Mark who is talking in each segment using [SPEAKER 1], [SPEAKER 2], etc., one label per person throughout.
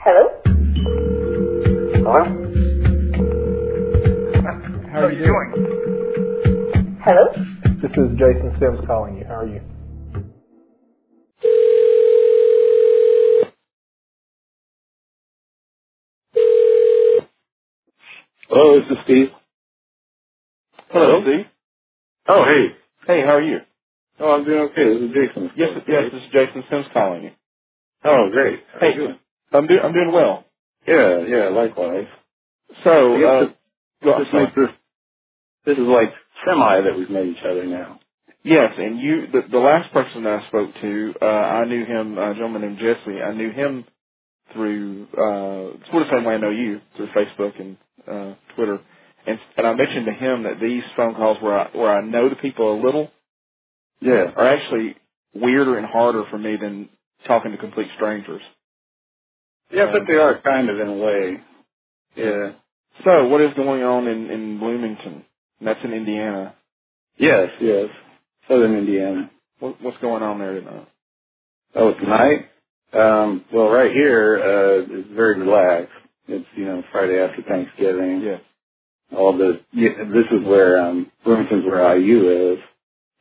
[SPEAKER 1] Hello?
[SPEAKER 2] Hello?
[SPEAKER 3] How are you doing?
[SPEAKER 1] Hello?
[SPEAKER 3] This is Jason Sims calling you. How are you?
[SPEAKER 2] Hello, this is Steve.
[SPEAKER 4] Hello,
[SPEAKER 2] Steve. Oh, hey.
[SPEAKER 4] Hey, how are you?
[SPEAKER 2] Oh, I'm doing okay. This is Jason.
[SPEAKER 4] Yes, yes, this is Jason Sims calling you.
[SPEAKER 2] Oh, great. How
[SPEAKER 4] Hey.
[SPEAKER 2] you doing?
[SPEAKER 4] I'm doing, I'm doing well.
[SPEAKER 2] Yeah, yeah, likewise.
[SPEAKER 4] So,
[SPEAKER 2] I guess
[SPEAKER 4] uh,
[SPEAKER 2] this,
[SPEAKER 4] go- I'm
[SPEAKER 2] this
[SPEAKER 4] sorry.
[SPEAKER 2] makes this, this is like semi that we've met each other now.
[SPEAKER 4] yes, and you, the, the last person that I spoke to, uh, I knew him, uh, a gentleman named Jesse. I knew him through, uh, sort of the same way I know you through Facebook and uh, Twitter, and and I mentioned to him that these phone calls where I, where I know the people a little
[SPEAKER 2] Yeah.
[SPEAKER 4] are actually weirder and harder for me than talking to complete strangers.
[SPEAKER 2] Yeah, but they are kind of in a way. Yeah.
[SPEAKER 4] So, what is going on in in Bloomington? And that's in Indiana.
[SPEAKER 2] Yes, yes. Southern Indiana.
[SPEAKER 4] What, what's going on there tonight?
[SPEAKER 2] Oh, tonight? Um, well, right here, uh, it's very relaxed. It's, you know, Friday after Thanksgiving.
[SPEAKER 4] Yeah.
[SPEAKER 2] all the yeah, this is where um Bloomington's where IU is,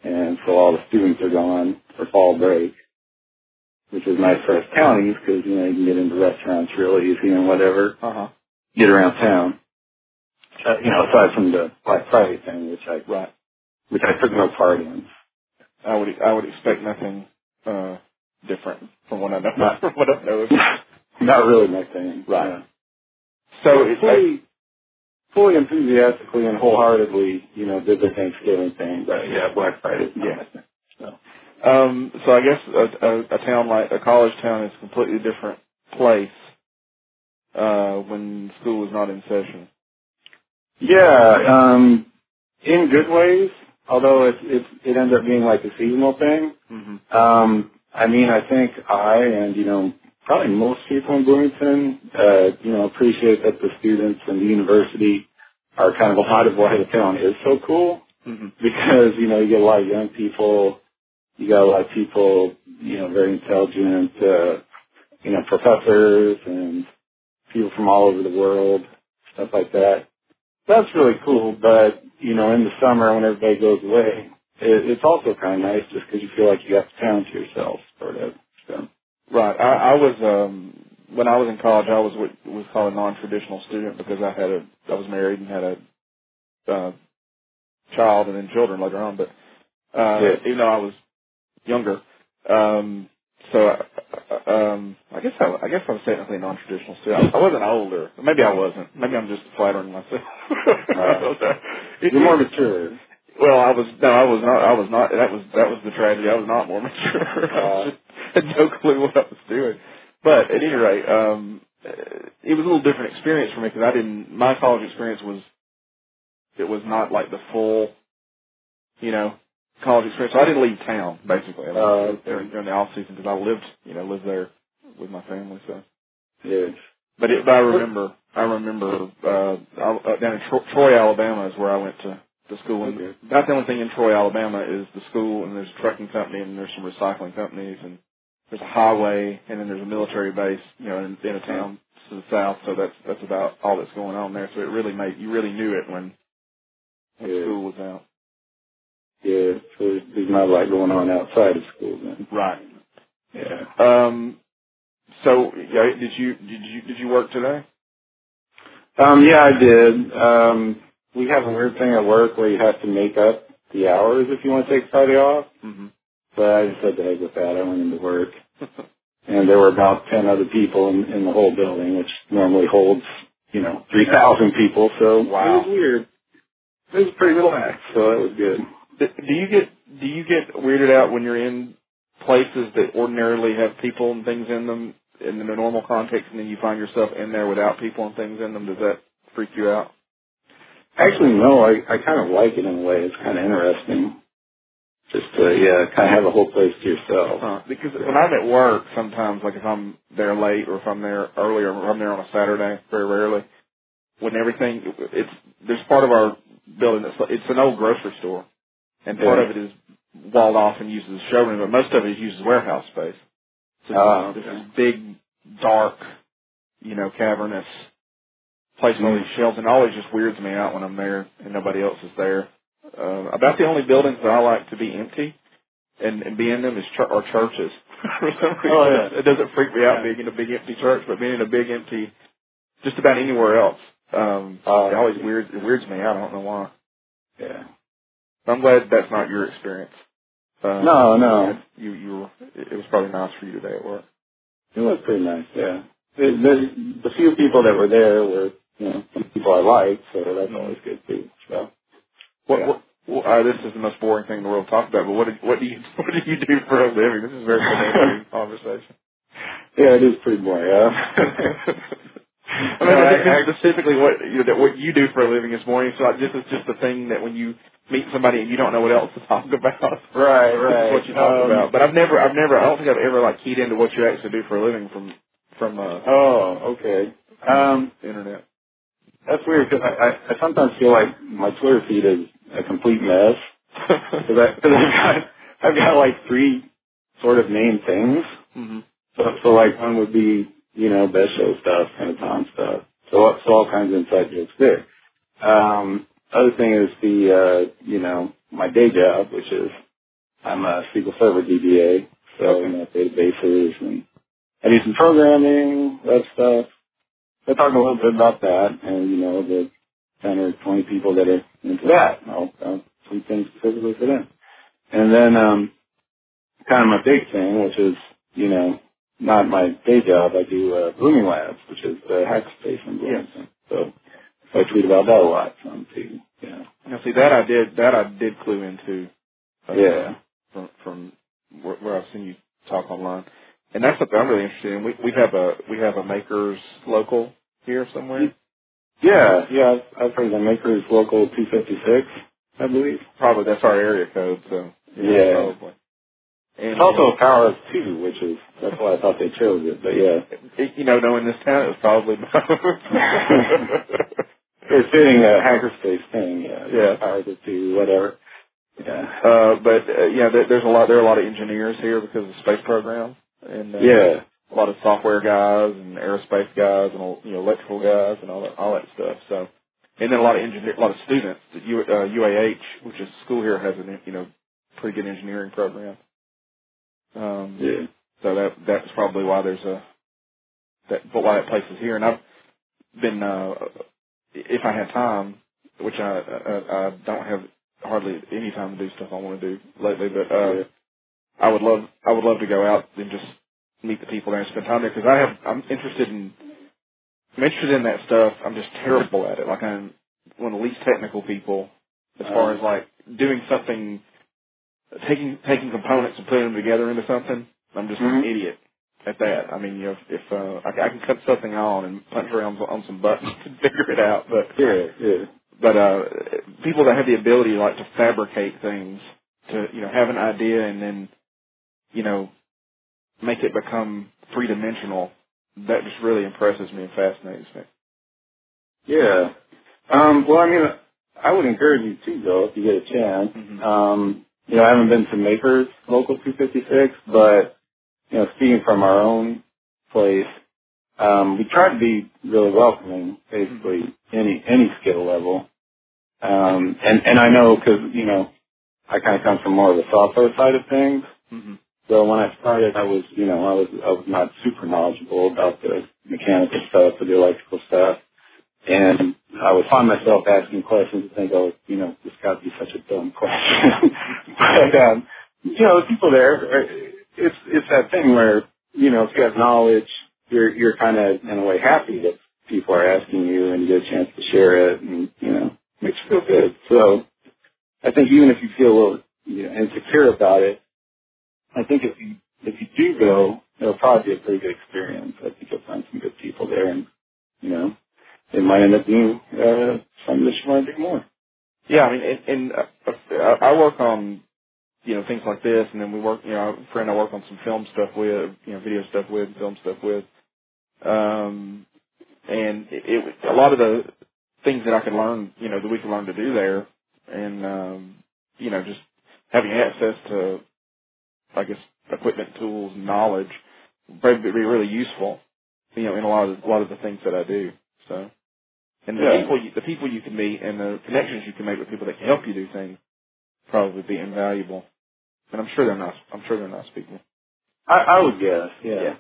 [SPEAKER 2] and so all the students are gone for fall break, which is nice for us counties because you know you can get into restaurants real easy and whatever,
[SPEAKER 4] Uh huh.
[SPEAKER 2] get around town. Uh, you know, aside from the Black Friday thing, which I
[SPEAKER 4] Right.
[SPEAKER 2] which I took no part in.
[SPEAKER 4] I would I would expect nothing uh different from what I know
[SPEAKER 2] Right.
[SPEAKER 4] from what I know.
[SPEAKER 2] Not really my thing.
[SPEAKER 4] Right.
[SPEAKER 2] Yeah.
[SPEAKER 4] So
[SPEAKER 2] But
[SPEAKER 4] it's like,
[SPEAKER 2] fully, fully enthusiastically and wholeheartedly, you know, did the Thanksgiving thing, but yeah, Black Friday.
[SPEAKER 4] Yeah.
[SPEAKER 2] So.
[SPEAKER 4] um so I guess a, a, a town like a college town is a completely different place uh when school is not in session.
[SPEAKER 2] Yeah, um, in good ways. Although it it it ends up being like a seasonal thing.
[SPEAKER 4] Mhm.
[SPEAKER 2] Um, I mean, I think I and you know probably most people in Bloomington, uh, you know, appreciate that the students and the university are kind of a lot of why the town is so cool
[SPEAKER 4] Mhm.
[SPEAKER 2] Mm-hmm. because you know you get a lot of young people, you got a lot of people, you know, very intelligent, uh, you know, professors and people from all over the world, stuff like that. That's really cool, but you know, in the summer when everybody goes away, it, it's also kind of nice just because you feel like you have the town to yourself, sort of. So,
[SPEAKER 4] Right. I, I was um when I was in college I was what was called a non traditional student because I had a I was married and had a uh child and then children later on, but uh
[SPEAKER 2] Yeah.
[SPEAKER 4] even though I was younger. Um, so, uh, um, I guess I, I guess I'm technically non-traditional still. I, I wasn't older. Maybe I wasn't. Maybe I'm just flattering myself. I don't know. It-
[SPEAKER 2] you're more mature.
[SPEAKER 4] well, I was no, I was not. I was not. That was that was the tragedy. I was not more mature. I was just, had no clue what I was doing. But at any rate, um, uh, it was a little different experience for me because I didn't. My college experience was it was not like the full, you know, college experience. So I didn't leave town basically. I mean,
[SPEAKER 2] Oh, okay.
[SPEAKER 4] during, during the off season because I lived, you know, lived there with my family. So,
[SPEAKER 2] Yes.
[SPEAKER 4] but, it, but I remember, I remember uh, I, uh, down in Tro- Troy, Alabama, is where I went to to school. And
[SPEAKER 2] Okay.
[SPEAKER 4] about the only thing in Troy, Alabama, is the school, and there's a trucking company, and there's some recycling companies, and there's a highway, and then there's a military base, you know, in, in a town to the south. So that's that's about all that's going on there. So it really made you really knew it when when
[SPEAKER 2] Yeah.
[SPEAKER 4] school was out.
[SPEAKER 2] Yeah. So there's, there's not a lot going on outside of school then.
[SPEAKER 4] Right.
[SPEAKER 2] Yeah.
[SPEAKER 4] Um. So yeah, did you did you did you work today?
[SPEAKER 2] Um, yeah, I did. Um, we have a weird thing at work where you have to make up the hours if you want to take Friday off.
[SPEAKER 4] hmm
[SPEAKER 2] But I just said the heck with that. I went into work. and there were about 10 other people in, in the whole building, which normally holds, you know, 3,000 people. So
[SPEAKER 4] Wow.
[SPEAKER 2] it was weird. It was pretty relaxed, so that was good.
[SPEAKER 4] Do you get do you get weirded out when you're in places that ordinarily have people and things in them in the normal context, and then you find yourself in there without people and things in them? Does that freak you out?
[SPEAKER 2] Actually, no, I, I kind of like it in a way. It's kind of interesting. Just to, yeah, kind of have a whole place to yourself.
[SPEAKER 4] Huh. Because when I'm at work, sometimes like if I'm there late or if I'm there early or if I'm there on a Saturday, very rarely. When everything it's there's part of our building that's it's an old grocery store, and part
[SPEAKER 2] Yeah.
[SPEAKER 4] of it is walled off and uses showroom, but most of it uses warehouse space. So
[SPEAKER 2] Ah,
[SPEAKER 4] there's
[SPEAKER 2] okay.
[SPEAKER 4] this big dark you know, cavernous place
[SPEAKER 2] Hmm.
[SPEAKER 4] with all these shelves, and it always just weirds me out when I'm there and nobody else is there. Uh, about the only buildings that I like to be empty and, and be in them is chur are churches. For some reason,
[SPEAKER 2] Oh, yeah.
[SPEAKER 4] it doesn't freak me out
[SPEAKER 2] Yeah.
[SPEAKER 4] being in a big empty church, but being in a big empty, just about anywhere else, um,
[SPEAKER 2] Uh,
[SPEAKER 4] it always weirds it weirds me out. I don't know why.
[SPEAKER 2] Yeah.
[SPEAKER 4] I'm glad that's not your experience. Um,
[SPEAKER 2] No, no.
[SPEAKER 4] You you were, it it was probably nice for you today at work.
[SPEAKER 2] It was pretty nice, yeah. The, the, the few people that were there were, you know, some people I liked, so that's always good too. So,
[SPEAKER 4] What,
[SPEAKER 2] Yeah.
[SPEAKER 4] what, what uh, this is the most boring thing in the world to talk about. But what do, what do you what do you do for a living? This is a very boring conversation.
[SPEAKER 2] yeah, it is pretty boring.
[SPEAKER 4] I mean, I, think this is specifically what you know, that what you do for a living is boring. So I, this is just the thing that when you meet somebody and you don't know what else to talk about,
[SPEAKER 2] Uh, right,
[SPEAKER 4] this is what you talk
[SPEAKER 2] Um,
[SPEAKER 4] about. But I've never, I've never, I don't think I've ever like keyed into what you actually do for a living from from uh,
[SPEAKER 2] Oh, okay. Um,
[SPEAKER 4] the internet.
[SPEAKER 2] that's weird because I, I, I sometimes feel like my Twitter feed is a complete mess because I've got I've got like three sort of main things.
[SPEAKER 4] hmm
[SPEAKER 2] So, so like one would be, you know, best show stuff, kind of Tom stuff. So, so all kinds of inside jokes there. Um, other thing is the, uh, you know, my day job, which is I'm a SQL Server DBA. So, you know, databases and I do some programming, web stuff. So I talk a little bit about that and, you know, the 10 or 20 people that are into that. And I'll, I'll some things specifically for them. And then, um, kind of my big thing, which is, you know, not my day job. I do uh, Blooming Labs, which is the hackspace in Bloomington. So, so I tweet about that a lot. So I'm too, yeah,
[SPEAKER 4] Now, see that I did that I did clue into. uh,
[SPEAKER 2] yeah,
[SPEAKER 4] From from where, where I've seen you talk online, and that's something I'm really interested in. We we have a we have a makers local here
[SPEAKER 2] Mm.
[SPEAKER 4] somewhere,
[SPEAKER 2] yeah, yeah. I've, I've heard the Makers Local 256, I believe.
[SPEAKER 4] probably that's our area code. So
[SPEAKER 2] Yeah. uh,
[SPEAKER 4] probably. And
[SPEAKER 2] It's also a Power of Two, which is that's why I thought they chose it. But yeah,
[SPEAKER 4] it- you know, knowing this town, it was probably
[SPEAKER 2] it's fitting a hackerspace thing. Yeah, Um,
[SPEAKER 4] Yeah.
[SPEAKER 2] Power of Two, whatever. Yeah,
[SPEAKER 4] Uh, but uh, yeah, there, there's a lot. There are a lot of engineers here because of the space program, and uh,
[SPEAKER 2] yeah,
[SPEAKER 4] a lot of software guys and aerospace guys and you know electrical guys and all that all that stuff. So, and then a lot of engineer, a lot of students. The U, uh, UAH, which is a school here, has an you know pretty good engineering program. Um,
[SPEAKER 2] yeah.
[SPEAKER 4] So that that's probably why there's a that but why that place is here. And I've been uh, if I had time, which I, I I don't have hardly any time to do stuff I want to do lately, but uh,
[SPEAKER 2] Yeah.
[SPEAKER 4] I would love I would love to go out and just meet the people there and spend time there because I have I'm interested in I'm interested in that stuff. I'm just terrible at it. Like I'm one of the least technical people as far as like doing something, taking taking components and putting them together into something. I'm just an
[SPEAKER 2] Mhm.
[SPEAKER 4] idiot at that. I mean, you know, if, if uh, I, I can cut something on and punch around on some buttons and figure it out, but
[SPEAKER 2] Yeah, yeah,
[SPEAKER 4] but uh people that have the ability like to fabricate things to you know have an idea and then you know make it become three dimensional that just really impresses me and fascinates me
[SPEAKER 2] yeah. Um, well, I mean, I would encourage you to go if you get a chance.
[SPEAKER 4] mm-hmm.
[SPEAKER 2] Um, you know, I haven't been to Makers Local 256, but you know, speaking from our own place, um, we try to be really welcoming, basically any any skill level. Um, and and I know because you know, I kind of come from more of the software side of things.
[SPEAKER 4] Mm-hmm.
[SPEAKER 2] So when I started, I was, you know, I was, I was not super knowledgeable about the mechanical stuff or the electrical stuff. And I would find myself asking questions and think, oh, you know, this got to be such a dumb question. but, um, you know, the people there, are- it's, it's that thing where, you know, if you have knowledge, you're, you're kind of in a way happy that people are asking you and you get a chance to share it and, you know, makes you feel good. So I think even if you feel a little you know, insecure about it, I think if you if you do go, it'll probably be a pretty good experience. I think you'll find some good people there, and you know, it might end up being uh, something that you want to do more.
[SPEAKER 4] yeah i mean and, and uh, I, I work on you know things like this and then we work you know a friend i work on some film stuff with you know video stuff with film stuff with um and it, it was- a lot of the things that I could learn, you know, that we could learn to do there, and um, you know, just having access to, I guess, equipment, tools, knowledge, would probably be really useful you know, in a lot of a lot of the things that I do. So, and the
[SPEAKER 2] Yeah.
[SPEAKER 4] people you, the people you can meet and the connections you can make with people that can help you do things probably be invaluable. And I'm sure they're not. I'm sure they're not speaking.
[SPEAKER 2] I, I would guess, yeah.
[SPEAKER 4] Yeah.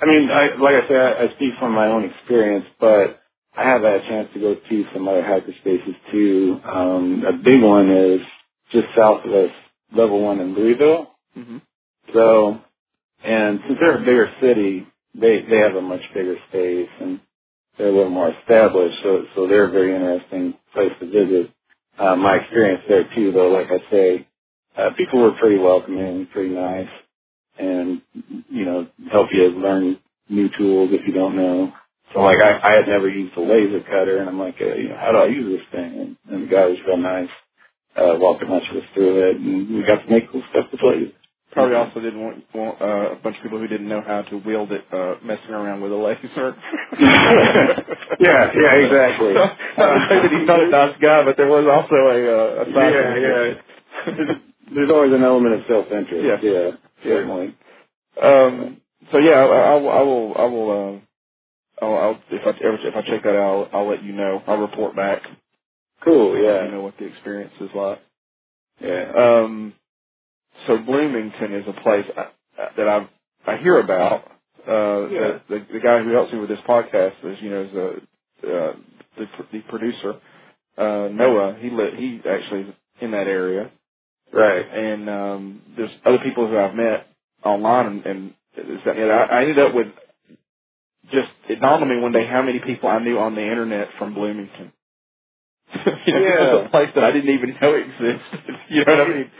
[SPEAKER 2] I mean, I, like I said, I, I speak from my own experience, but I have had a chance to go to some other hyperspaces too. Um, a big one is just south of us, level one in Louisville.
[SPEAKER 4] hmm
[SPEAKER 2] So, and since they're a bigger city, they they have a much bigger space and they're a little more established. So so they're a very interesting place to visit. Uh, my experience there too, though, like I say, uh, people were pretty welcoming, pretty nice, and you know help you learn new tools if you don't know. So like I, I had never used a laser cutter, and I'm like, uh, you know, how do I use this thing? And, and the guy was real nice, uh, walked a bunch of us through it, and we got to make cool stuff with lasers.
[SPEAKER 4] Probably
[SPEAKER 2] Mhm.
[SPEAKER 4] also didn't want, want uh, a bunch of people who didn't know how to wield it, uh, messing around with a laser.
[SPEAKER 2] Yeah, yeah, exactly.
[SPEAKER 4] Not to say that he's not a nice guy, but there was also a, uh, a side
[SPEAKER 2] Yeah,
[SPEAKER 4] yeah.
[SPEAKER 2] There's always an element of self-interest.
[SPEAKER 4] Yeah.
[SPEAKER 2] yeah certainly.
[SPEAKER 4] Um. So yeah, I, I will. I will. I will. Um. I'll, I'll if I ever if I check that out, I'll, I'll let you know. I'll report back.
[SPEAKER 2] Cool.
[SPEAKER 4] Let you
[SPEAKER 2] Yeah.
[SPEAKER 4] know what the experience is like.
[SPEAKER 2] Yeah. uh,
[SPEAKER 4] Um. So Bloomington is a place I, I- that I I hear about. Uh.
[SPEAKER 2] Yeah.
[SPEAKER 4] The, the the guy who helps me with this podcast is you know is a uh, the pr- the producer uh Noah. He li- he actually is in that area.
[SPEAKER 2] Right.
[SPEAKER 4] and um there's other people who I've met online and, and, it's- and I, I ended up with just it dawned on me one day how many people I knew on the internet from Bloomington. you know,
[SPEAKER 2] Yeah.
[SPEAKER 4] It was a place that I didn't even know existed. you know what I mean?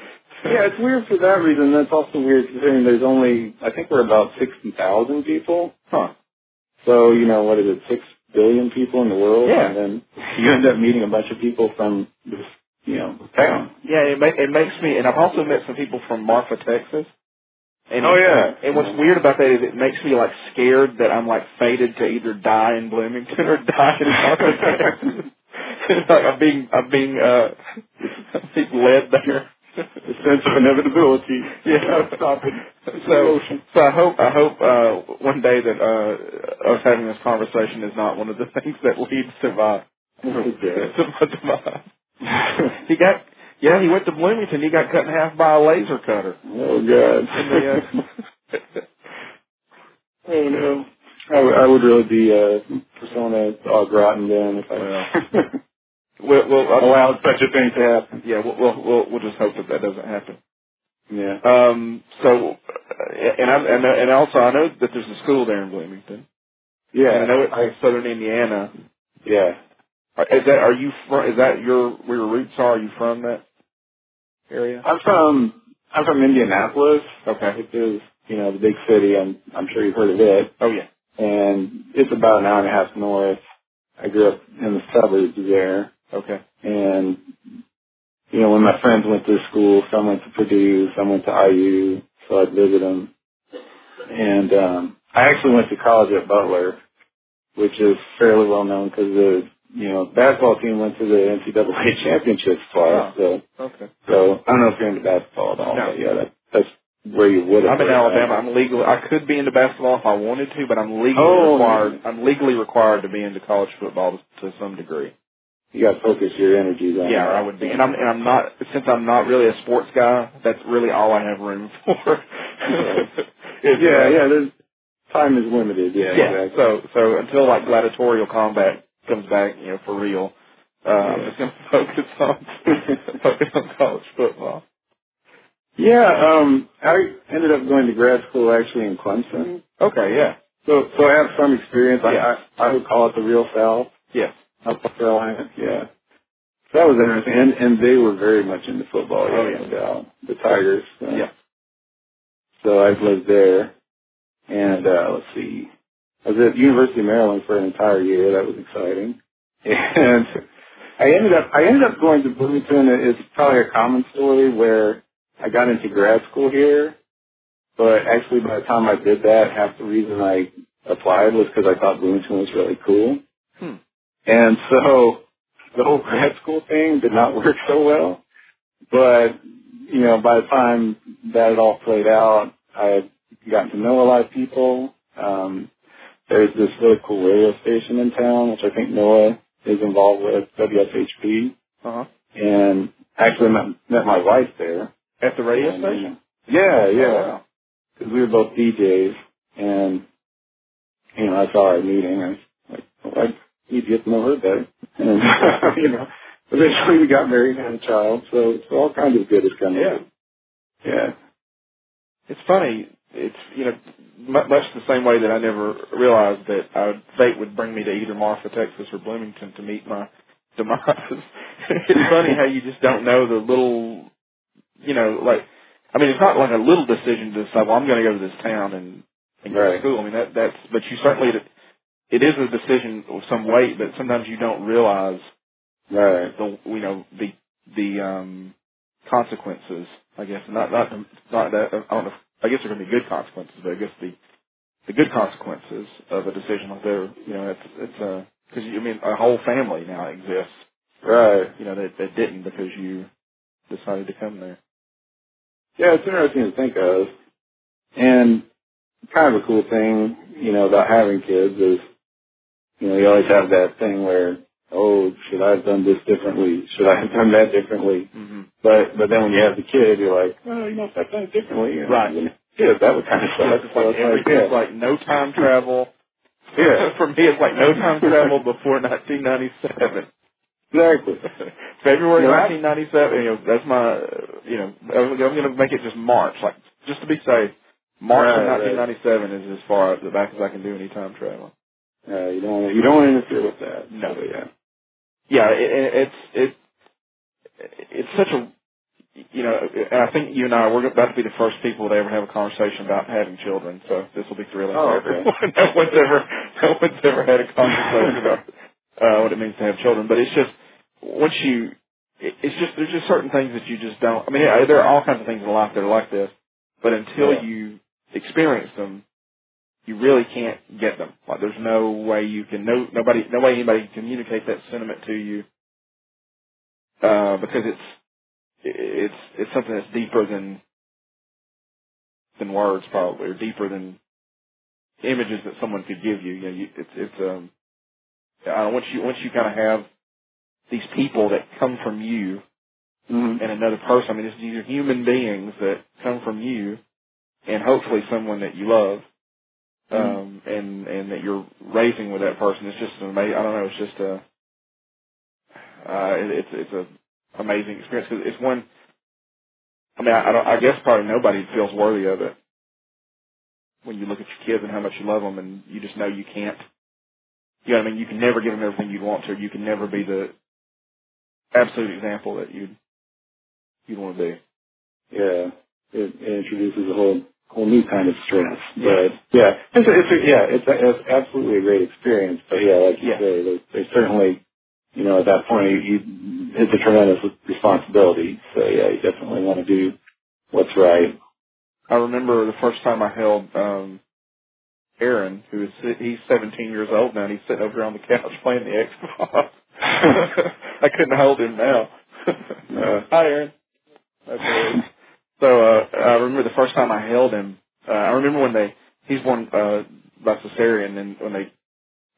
[SPEAKER 2] Yeah, it's weird for that reason. That's also weird considering there's only I think we're about sixty thousand people.
[SPEAKER 4] Huh.
[SPEAKER 2] So you know what is it? Six billion people in the world.
[SPEAKER 4] Yeah.
[SPEAKER 2] And then you end up meeting a bunch of people from this you know town.
[SPEAKER 4] Yeah, it, ma- it makes me, and I've also met some people from Marfa, Texas. And
[SPEAKER 2] Oh, yeah.
[SPEAKER 4] And what's weird about that is it makes me like scared that I'm like fated to either die in Bloomington or die in Marfa, Texas. it's like I'm being, I'm being, uh, I'm being led there.
[SPEAKER 2] The sense of inevitability.
[SPEAKER 4] Yeah.
[SPEAKER 2] Stop it. It's
[SPEAKER 4] So,
[SPEAKER 2] emotion.
[SPEAKER 4] so I hope I hope uh, one day that uh, us having this conversation is not one of the things that leads to my to my demise. He got yeah, he went to Bloomington. He got cut in half by a laser cutter.
[SPEAKER 2] oh God.
[SPEAKER 4] In the, uh,
[SPEAKER 2] Oh no. I, w- I would really be uh, persona au gratin then if I
[SPEAKER 4] well, well, I-
[SPEAKER 2] allowed such a thing to happen.
[SPEAKER 4] yeah, we'll, we'll we'll we'll just hope that that doesn't happen.
[SPEAKER 2] Yeah.
[SPEAKER 4] Um, so, uh, and I'm, and and also I know that there's a school there in Bloomington.
[SPEAKER 2] Yeah.
[SPEAKER 4] and I know it's
[SPEAKER 2] I,
[SPEAKER 4] in Southern Indiana.
[SPEAKER 2] yeah.
[SPEAKER 4] Are- Is that are you from? Is that your where your roots are? Are you from that area?
[SPEAKER 2] I'm from I'm from Indianapolis,
[SPEAKER 4] Okay.
[SPEAKER 2] which is you know the big city. I'm I'm sure you've heard of it,
[SPEAKER 4] Oh yeah.
[SPEAKER 2] and it's about an hour and a half north. I grew up in the suburbs there,
[SPEAKER 4] Okay.
[SPEAKER 2] and you know when my friends went to school, some went to Purdue, some went to IU, so I'd visit them. And um, I actually went to college at Butler, which is fairly well known because the you know basketball team went to the NCAA championships twice.
[SPEAKER 4] Wow.
[SPEAKER 2] So
[SPEAKER 4] Okay.
[SPEAKER 2] So I don't know if you're into basketball at all,
[SPEAKER 4] No.
[SPEAKER 2] but yeah, that, that's where you would have.
[SPEAKER 4] I'm in
[SPEAKER 2] heard of
[SPEAKER 4] Alabama. I'm legal. I could be into basketball if I wanted to, but I'm legally
[SPEAKER 2] Oh,
[SPEAKER 4] required.
[SPEAKER 2] man.
[SPEAKER 4] I'm legally required to be into college football to, to some degree.
[SPEAKER 2] that. You got to focus your energies on.
[SPEAKER 4] Yeah,
[SPEAKER 2] that.
[SPEAKER 4] or I would be. And I'm and I'm not since I'm not really a sports guy. That's really all I have room for. It's,
[SPEAKER 2] yeah,
[SPEAKER 4] uh,
[SPEAKER 2] yeah. There's time is limited. Yeah,
[SPEAKER 4] yeah.
[SPEAKER 2] exactly.
[SPEAKER 4] So so until like gladiatorial combat comes back, you know, for real, uh, I'm
[SPEAKER 2] Yeah.
[SPEAKER 4] just gonna focus on focus on college football.
[SPEAKER 2] Yeah, um, I ended up going to grad school actually in Clemson,
[SPEAKER 4] Okay. Yeah.
[SPEAKER 2] so so I have some experience.
[SPEAKER 4] Mm-hmm. Yeah.
[SPEAKER 2] I, I I would call it the real South,
[SPEAKER 4] Yes.
[SPEAKER 2] South Carolina. Yeah. So that was interesting, and, and they were very much into football.
[SPEAKER 4] Oh,
[SPEAKER 2] Yeah,
[SPEAKER 4] yeah.
[SPEAKER 2] no doubt. the Tigers. uh, so.
[SPEAKER 4] Yeah.
[SPEAKER 2] So I've lived there. And uh let's see. I was at University of Maryland for an entire year. That was exciting. And I ended up I ended up going to Bloomington. It's probably a common story where I got into grad school here, but actually by the time I did that, half the reason I applied was because I thought Bloomington was really cool.
[SPEAKER 4] Hmm.
[SPEAKER 2] And so the whole grad school thing did not work so well. But you know, by the time that it all played out, I had gotten to know a lot of people. Um, there there's this really cool radio station in town, which I think Noah is involved with, WSHP.
[SPEAKER 4] Uh-huh.
[SPEAKER 2] And actually met, met my wife there.
[SPEAKER 4] At the radio
[SPEAKER 2] And,
[SPEAKER 4] station?
[SPEAKER 2] you know, yeah,
[SPEAKER 4] Oh,
[SPEAKER 2] yeah.
[SPEAKER 4] wow.
[SPEAKER 2] Because we were both DJs, and, you know, I saw our meeting, and I was like, well, I need to get to know her better. And, you know, eventually we got married and had a child, so it's all kinds of good is coming.
[SPEAKER 4] Yeah.
[SPEAKER 2] Yeah.
[SPEAKER 4] It's funny. It's you know mu- much the same way that I never realized that I would, fate would bring me to either Marfa, Texas, or Bloomington to meet my demise. it's funny how you just don't know the little, you know, like I mean, it's not like a little decision to decide. Well, I'm going to go to this town and, and go to
[SPEAKER 2] Right.
[SPEAKER 4] school. I mean, that that's but you certainly it is a decision of some weight, but sometimes you don't realize
[SPEAKER 2] Right.
[SPEAKER 4] uh, the you know the the um consequences i guess not not not that i don't know if- i guess they're going to be good consequences but i guess the the good consequences of a decision like that you know it's it's uh because i mean a whole family now exists
[SPEAKER 2] Right.
[SPEAKER 4] you know that that didn't because you decided to come there
[SPEAKER 2] Yeah, it's interesting to think of. And kind of a cool thing, you know, about having kids is, you know, you always have that thing where, oh, should I have done this differently? Should I have done that differently?
[SPEAKER 4] mm-hmm.
[SPEAKER 2] But but then when you have the kid, you're like, oh, you know, if I'd done it differently, you know,
[SPEAKER 4] Right.
[SPEAKER 2] Yeah, that would kind of suck.
[SPEAKER 4] it's
[SPEAKER 2] So
[SPEAKER 4] like
[SPEAKER 2] it's like,
[SPEAKER 4] everything's like no time travel
[SPEAKER 2] yeah,
[SPEAKER 4] for me it's like no time travel before 1997
[SPEAKER 2] yeah, exactly.
[SPEAKER 4] February
[SPEAKER 2] Yeah.
[SPEAKER 4] 1997. You know, that's my. uh, You know, I'm, I'm going to make it just March, like just to be safe. March
[SPEAKER 2] Right,
[SPEAKER 4] of 1997 is as far as the back as I can do any time travel.
[SPEAKER 2] Uh, you don't wanna, you don't want to interfere with that.
[SPEAKER 4] No.
[SPEAKER 2] So, yeah.
[SPEAKER 4] Yeah, it, it, it's it, it's such a. You know, and I think you and I we're about to be the first people to ever have a conversation about having children. So this will be thrilling.
[SPEAKER 2] Oh,
[SPEAKER 4] for
[SPEAKER 2] okay.
[SPEAKER 4] everyone. no one's ever no one's ever had a conversation about uh, what it means to have children. But it's just once you, it- it's just there's just certain things that you just don't. I mean, yeah, there are all kinds of things in life that are like this, but until
[SPEAKER 2] Yeah.
[SPEAKER 4] you experience them, you really can't get them. Like there's no way you can no nobody no way anybody can communicate that sentiment to you uh, because it's it's it's something that's deeper than than words probably or deeper than images that someone could give you. You know, you, it's it's um I don't once you once you kind of have these people that come from you
[SPEAKER 2] Mm-hmm.
[SPEAKER 4] and another person. I mean, it's, these are human beings that come from you, and hopefully someone that you love,
[SPEAKER 2] Mm-hmm.
[SPEAKER 4] um, and and that you're raising with that person. It's just an amazing. I don't know. It's just a. Uh, it, it's it's a amazing experience 'cause it's one. I mean, I, I don't. I guess probably nobody feels worthy of it when you look at your kids and how much you love them, and you just know you can't. You know what I mean? You can never give them everything you'd want to. You can never be the absolute example that you'd you'd want to be.
[SPEAKER 2] yeah, it, it introduces a whole whole new kind of stress. But yeah, it's, a, it's a, yeah, it's, a, it's absolutely a great experience. But yeah, like you
[SPEAKER 4] Yeah.
[SPEAKER 2] say, there's, there's certainly you know at that point you, it's a tremendous responsibility. So yeah, you definitely want to do what's right.
[SPEAKER 4] I remember the first time I held um Aaron, who is he's 17 years old now, and he's sitting over here on the couch playing the Xbox. I couldn't hold him now.
[SPEAKER 2] Uh,
[SPEAKER 4] Hi, Aaron. That's Aaron. So uh, I remember the first time I held him. Uh, I remember when they he's born uh, by cesarean, and when they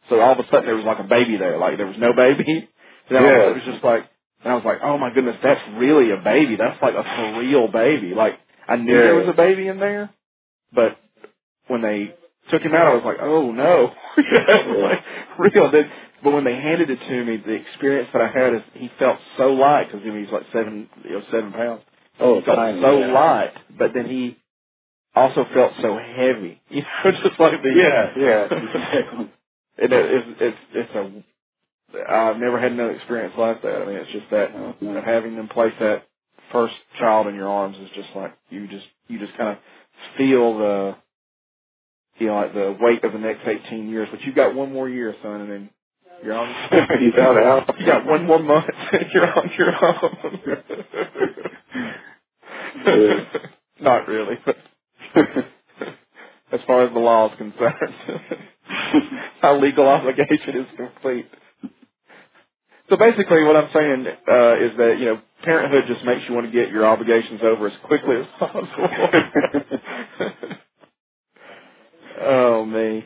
[SPEAKER 4] so all of a sudden there was like a baby there, like there was no baby. And I
[SPEAKER 2] Yeah.
[SPEAKER 4] was- it was just like, and I was like, oh my goodness, that's really a baby. That's like a for real baby. Like I knew
[SPEAKER 2] Yeah.
[SPEAKER 4] there was a baby in there, but when they took him out, I was like, oh no, You know, it was like real. Then, but when they handed it to me, the experience that I had is he felt so light because he was like seven, you know, seven pounds
[SPEAKER 2] oh,
[SPEAKER 4] felt
[SPEAKER 2] tiny,
[SPEAKER 4] so
[SPEAKER 2] yeah.
[SPEAKER 4] light, but then he also felt so heavy. You know, just like the
[SPEAKER 2] Yeah, yeah, exactly.
[SPEAKER 4] And it, it's it's it's a. I've never had another experience like that. I mean, it's just that
[SPEAKER 2] Oh,
[SPEAKER 4] you know,
[SPEAKER 2] man.
[SPEAKER 4] having them place that first child in your arms is just like you just you just kind of feel the you know like the weight of the next eighteen years. But you've got one more year, son, and then you're on.
[SPEAKER 2] you got out.
[SPEAKER 4] You got one more month, and you're on your own.
[SPEAKER 2] Yeah.
[SPEAKER 4] Not really, but as far as the law is concerned, my legal obligation is complete. So basically, what I'm saying uh, is that you know parenthood just makes you want to get your obligations over as quickly as possible. oh me.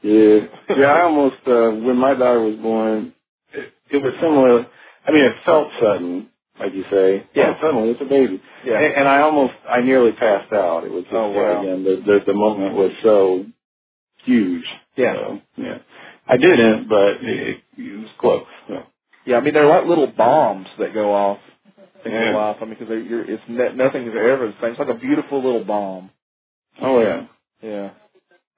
[SPEAKER 2] Yeah. Yeah, I almost, uh, when my daughter was born, it, it was similar. I mean, it felt sudden, like you say.
[SPEAKER 4] Yeah.
[SPEAKER 2] Oh, suddenly, it's a baby.
[SPEAKER 4] Yeah.
[SPEAKER 2] And, and I almost, I nearly passed out. It was just,
[SPEAKER 4] Oh, wow.
[SPEAKER 2] again, the, the, the moment was so huge.
[SPEAKER 4] Yeah.
[SPEAKER 2] So, yeah. I didn't, but it, it was close. So,
[SPEAKER 4] Yeah, I mean they're like little bombs that go off in
[SPEAKER 2] Yeah.
[SPEAKER 4] your life. I mean, because you're it's ne- nothing is ever the same. It's like a beautiful little bomb.
[SPEAKER 2] oh yeah.
[SPEAKER 4] Yeah,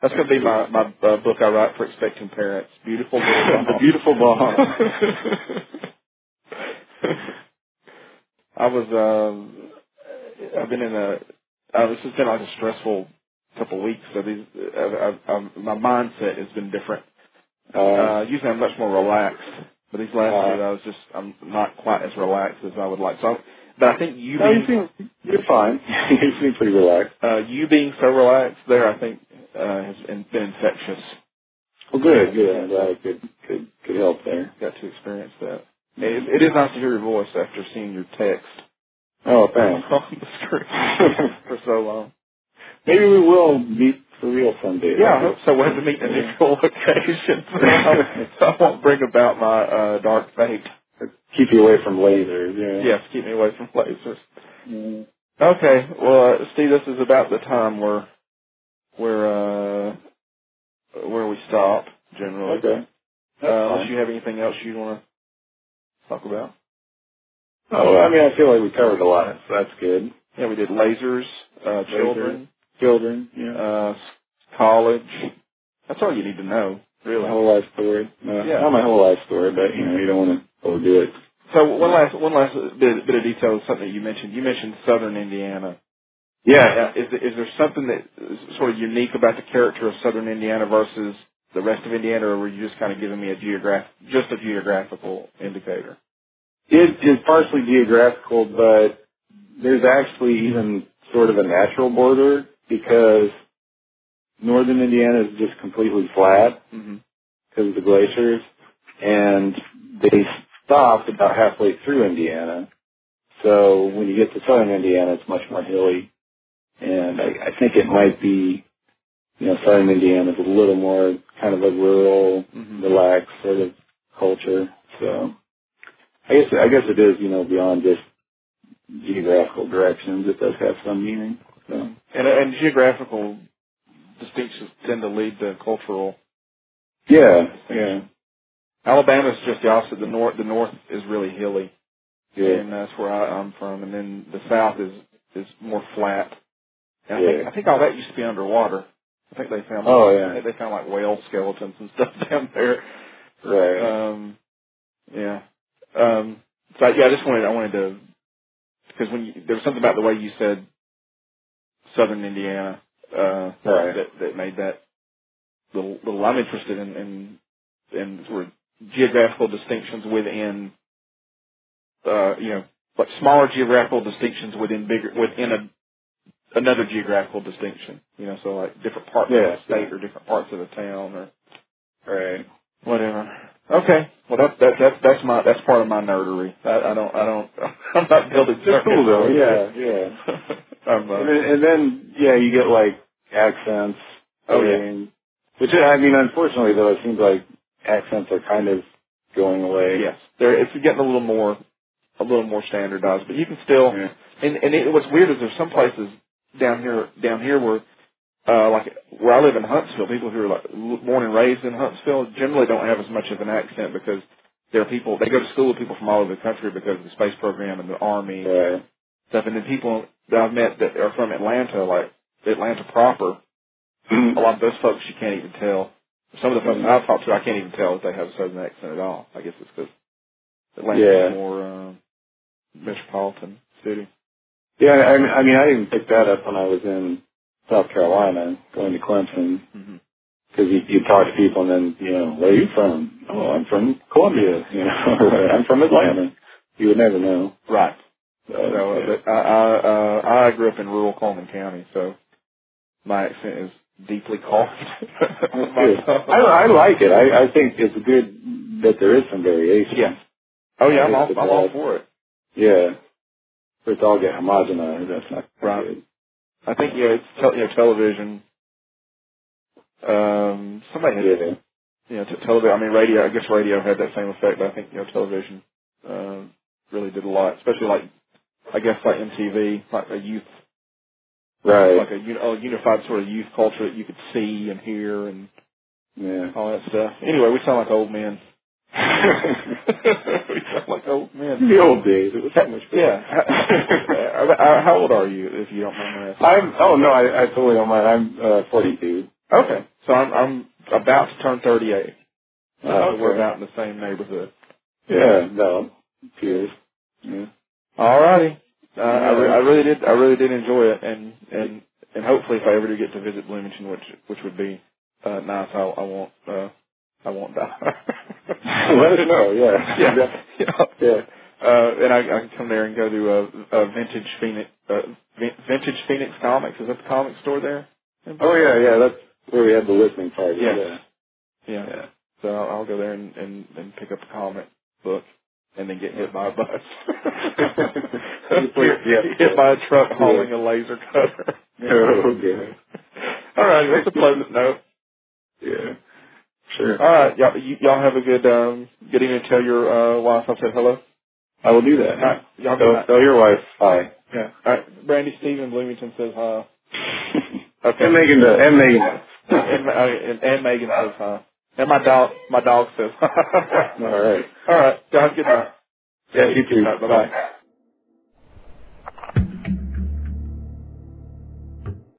[SPEAKER 4] that's gonna be my my uh, book I write for expecting parents. Beautiful little
[SPEAKER 2] the
[SPEAKER 4] bomb.
[SPEAKER 2] beautiful bomb.
[SPEAKER 4] I was um I've been in a uh, this has been like a stressful couple weeks. So these I, I, I, my mindset has been different.
[SPEAKER 2] Uh,
[SPEAKER 4] Uh, usually I'm much more relaxed, but these last
[SPEAKER 2] Uh,
[SPEAKER 4] days I was just I'm not quite as relaxed as I would like. So, I'm, but I think you
[SPEAKER 2] no, you
[SPEAKER 4] being
[SPEAKER 2] seem, you're fine. you seem pretty relaxed.
[SPEAKER 4] uh, you being so relaxed there, I think uh, has been, been infectious.
[SPEAKER 2] Well, good, good. I'm glad I could, could, could help there.
[SPEAKER 4] Got to experience that. It, it is nice to hear your voice after seeing your text
[SPEAKER 2] Oh, thanks.
[SPEAKER 4] on the screen for so long.
[SPEAKER 2] Maybe we will meet for real someday.
[SPEAKER 4] Yeah, I hope so. We have to meet in a neutral location, so I- so I won't bring about my uh, dark fate.
[SPEAKER 2] Keep you away from lasers. Yeah. Mm,
[SPEAKER 4] Yes, keep me away from lasers.
[SPEAKER 2] Yeah.
[SPEAKER 4] Okay. Well, uh, Steve, this is about the time where where uh, where we stop generally.
[SPEAKER 2] Okay.
[SPEAKER 4] Uh,
[SPEAKER 2] That's
[SPEAKER 4] unless
[SPEAKER 2] fine.
[SPEAKER 4] you have anything else you want to talk about.
[SPEAKER 2] Oh, I mean, I feel like we covered a lot, so that's good.
[SPEAKER 4] Yeah, we did lasers, uh, children,
[SPEAKER 2] Children, yeah.
[SPEAKER 4] uh, s- college. That's all you need to know,
[SPEAKER 2] my
[SPEAKER 4] really.
[SPEAKER 2] whole life story. No,
[SPEAKER 4] Yeah.
[SPEAKER 2] Not my whole life story, but, you know, you don't want to overdo it.
[SPEAKER 4] So one last one last bit, bit of detail is something you mentioned. You mentioned Southern Indiana.
[SPEAKER 2] Yeah.
[SPEAKER 4] Uh, is is there something that is sort of unique about the character of Southern Indiana versus the rest of Indiana, or were you just kind of giving me a geograph just a geographical indicator?
[SPEAKER 2] It is partially geographical, but there's actually even sort of a natural border because northern Indiana is just completely flat
[SPEAKER 4] Mm-hmm.
[SPEAKER 2] because of the glaciers, and they stopped about halfway through Indiana. So when you get to southern Indiana, it's much more hilly, and I, I think it might be, you know, southern Indiana is a little more kind of a rural,
[SPEAKER 4] Mm-hmm.
[SPEAKER 2] relaxed sort of culture. So I guess I guess it is, you know, beyond just geographical directions. It does have some meaning. So
[SPEAKER 4] And and geographical distinctions tend to lead to cultural
[SPEAKER 2] yeah, yeah,
[SPEAKER 4] Alabama's just the opposite. The north, the north is really hilly,
[SPEAKER 2] yeah.
[SPEAKER 4] and that's where I, I'm from. And then the south is is more flat. And I think
[SPEAKER 2] Yeah.
[SPEAKER 4] I think all that used to be underwater. I think they found
[SPEAKER 2] Oh
[SPEAKER 4] I
[SPEAKER 2] yeah,
[SPEAKER 4] think they found like whale skeletons and stuff down there.
[SPEAKER 2] right.
[SPEAKER 4] Um, yeah. Um, so yeah, I just wanted I wanted to because when you, there was something about the way you said Southern Indiana uh,
[SPEAKER 2] Right.
[SPEAKER 4] that that made that little, little I'm interested in in, in sort of geographical distinctions within uh, you know like smaller geographical distinctions within bigger within a another geographical distinction you know so like different parts
[SPEAKER 2] Yeah.
[SPEAKER 4] of the state or different parts of the town or
[SPEAKER 2] Right.
[SPEAKER 4] Whatever. Okay. Well, that that that that's my that's part of my nerdery. I, I don't I don't I'm not building
[SPEAKER 2] It's cool though. Yeah, yeah.
[SPEAKER 4] yeah.
[SPEAKER 2] And
[SPEAKER 4] I'm, uh,
[SPEAKER 2] then, and then yeah, you get like accents.
[SPEAKER 4] Oh, yeah.
[SPEAKER 2] and- Which I mean, unfortunately though, it seems like accents are kind of going away.
[SPEAKER 4] yes, there it's getting a little more a little more standardized, but you can still
[SPEAKER 2] Yeah.
[SPEAKER 4] and and it, what's weird is there's some places down here down here where uh like where I live in Huntsville, people who are like l- born and raised in Huntsville generally don't have as much of an accent because there are people they go to school with people from all over the country because of the space program and the army
[SPEAKER 2] Right.
[SPEAKER 4] stuff. And then people that I've met that are from Atlanta, like Atlanta proper, a lot of those folks you can't even tell. Some of the folks I've talked to, I can't even tell if they have a southern accent at all. I guess it's because Atlanta's
[SPEAKER 2] Yeah.
[SPEAKER 4] a more um, metropolitan city.
[SPEAKER 2] Yeah, I, I mean, I didn't pick that up when I was in South Carolina going to Clemson.
[SPEAKER 4] Mm-hmm.
[SPEAKER 2] because you, you talk to people and then you know where are you from? Oh, I'm from Columbia. You know, or I'm from Atlanta. You would never know.
[SPEAKER 4] Right.
[SPEAKER 2] So,
[SPEAKER 4] So uh, but I, I, uh, I grew up in rural Coleman County, so my accent is deeply carved. on my
[SPEAKER 2] Good.
[SPEAKER 4] tongue.
[SPEAKER 2] I, I like it. I, I think it's good that there is some variation.
[SPEAKER 4] Yeah. Oh yeah, I'm all, I'm all for it.
[SPEAKER 2] Yeah. For it to all get homogenized, that's not
[SPEAKER 4] Right.
[SPEAKER 2] good.
[SPEAKER 4] I think yeah, it's tel you know television Um, somebody had,
[SPEAKER 2] Yeah.
[SPEAKER 4] you know, t- television. I mean, radio. I guess radio had that same effect. But I think you know, television um, really did a lot, especially like I guess like MTV, like a youth,
[SPEAKER 2] Right.
[SPEAKER 4] like a, uni- a unified sort of youth culture that you could see and hear and
[SPEAKER 2] Yeah.
[SPEAKER 4] all that stuff. Anyway, we sound like old men. we sound like old men.
[SPEAKER 2] the old days. It was so much fun.
[SPEAKER 4] Yeah. How, how old are you, if you don't mind me asking?
[SPEAKER 2] I'm. Oh no, I, I totally don't mind. I'm uh, 42.
[SPEAKER 4] Okay, so I'm I'm about to turn 38.
[SPEAKER 2] Uh,
[SPEAKER 4] So we're about in the same neighborhood.
[SPEAKER 2] Yeah. No. Cheers. Yeah.
[SPEAKER 4] All righty. Uh, I, re- I really did. I really did enjoy it, and and and hopefully, if I ever do get to visit Bloomington, which which would be uh, nice, I, I won't. Uh, I won't die.
[SPEAKER 2] Let us know. Yeah.
[SPEAKER 4] Yeah. yeah.
[SPEAKER 2] Yeah.
[SPEAKER 4] Uh, and I, I can come there and go to a, a vintage Phoenix, uh, Vin- vintage Phoenix Comics. Is that the comic store there?
[SPEAKER 2] Oh yeah. Yeah. That's where we had the listening party.
[SPEAKER 4] Yes.
[SPEAKER 2] Yeah.
[SPEAKER 4] Yeah.
[SPEAKER 2] Yeah.
[SPEAKER 4] So I'll, I'll go there and, and, and pick up a comic book and then get hit by a bus.
[SPEAKER 2] Yeah.
[SPEAKER 4] Hit by a truck hauling a laser cutter.
[SPEAKER 2] Oh, okay.
[SPEAKER 4] All right, that's a pleasant note.
[SPEAKER 2] Yeah. Sure.
[SPEAKER 4] All right, y'all, you, y'all have a good um, good evening. Tell your uh, wife I said hello.
[SPEAKER 2] I will do
[SPEAKER 4] All right,
[SPEAKER 2] that.
[SPEAKER 4] y'all good
[SPEAKER 2] Tell,
[SPEAKER 4] night.
[SPEAKER 2] tell your wife hi.
[SPEAKER 4] Yeah. All right, Brandy Steven Bloomington says hi.
[SPEAKER 2] and Megan does. And Megan does.
[SPEAKER 4] And, uh, and, and Megan says hi. And my dog, my dog says hi.
[SPEAKER 2] All right.
[SPEAKER 4] All right, y'all have a good night.
[SPEAKER 2] Yeah. You too.
[SPEAKER 4] All right, bye-bye.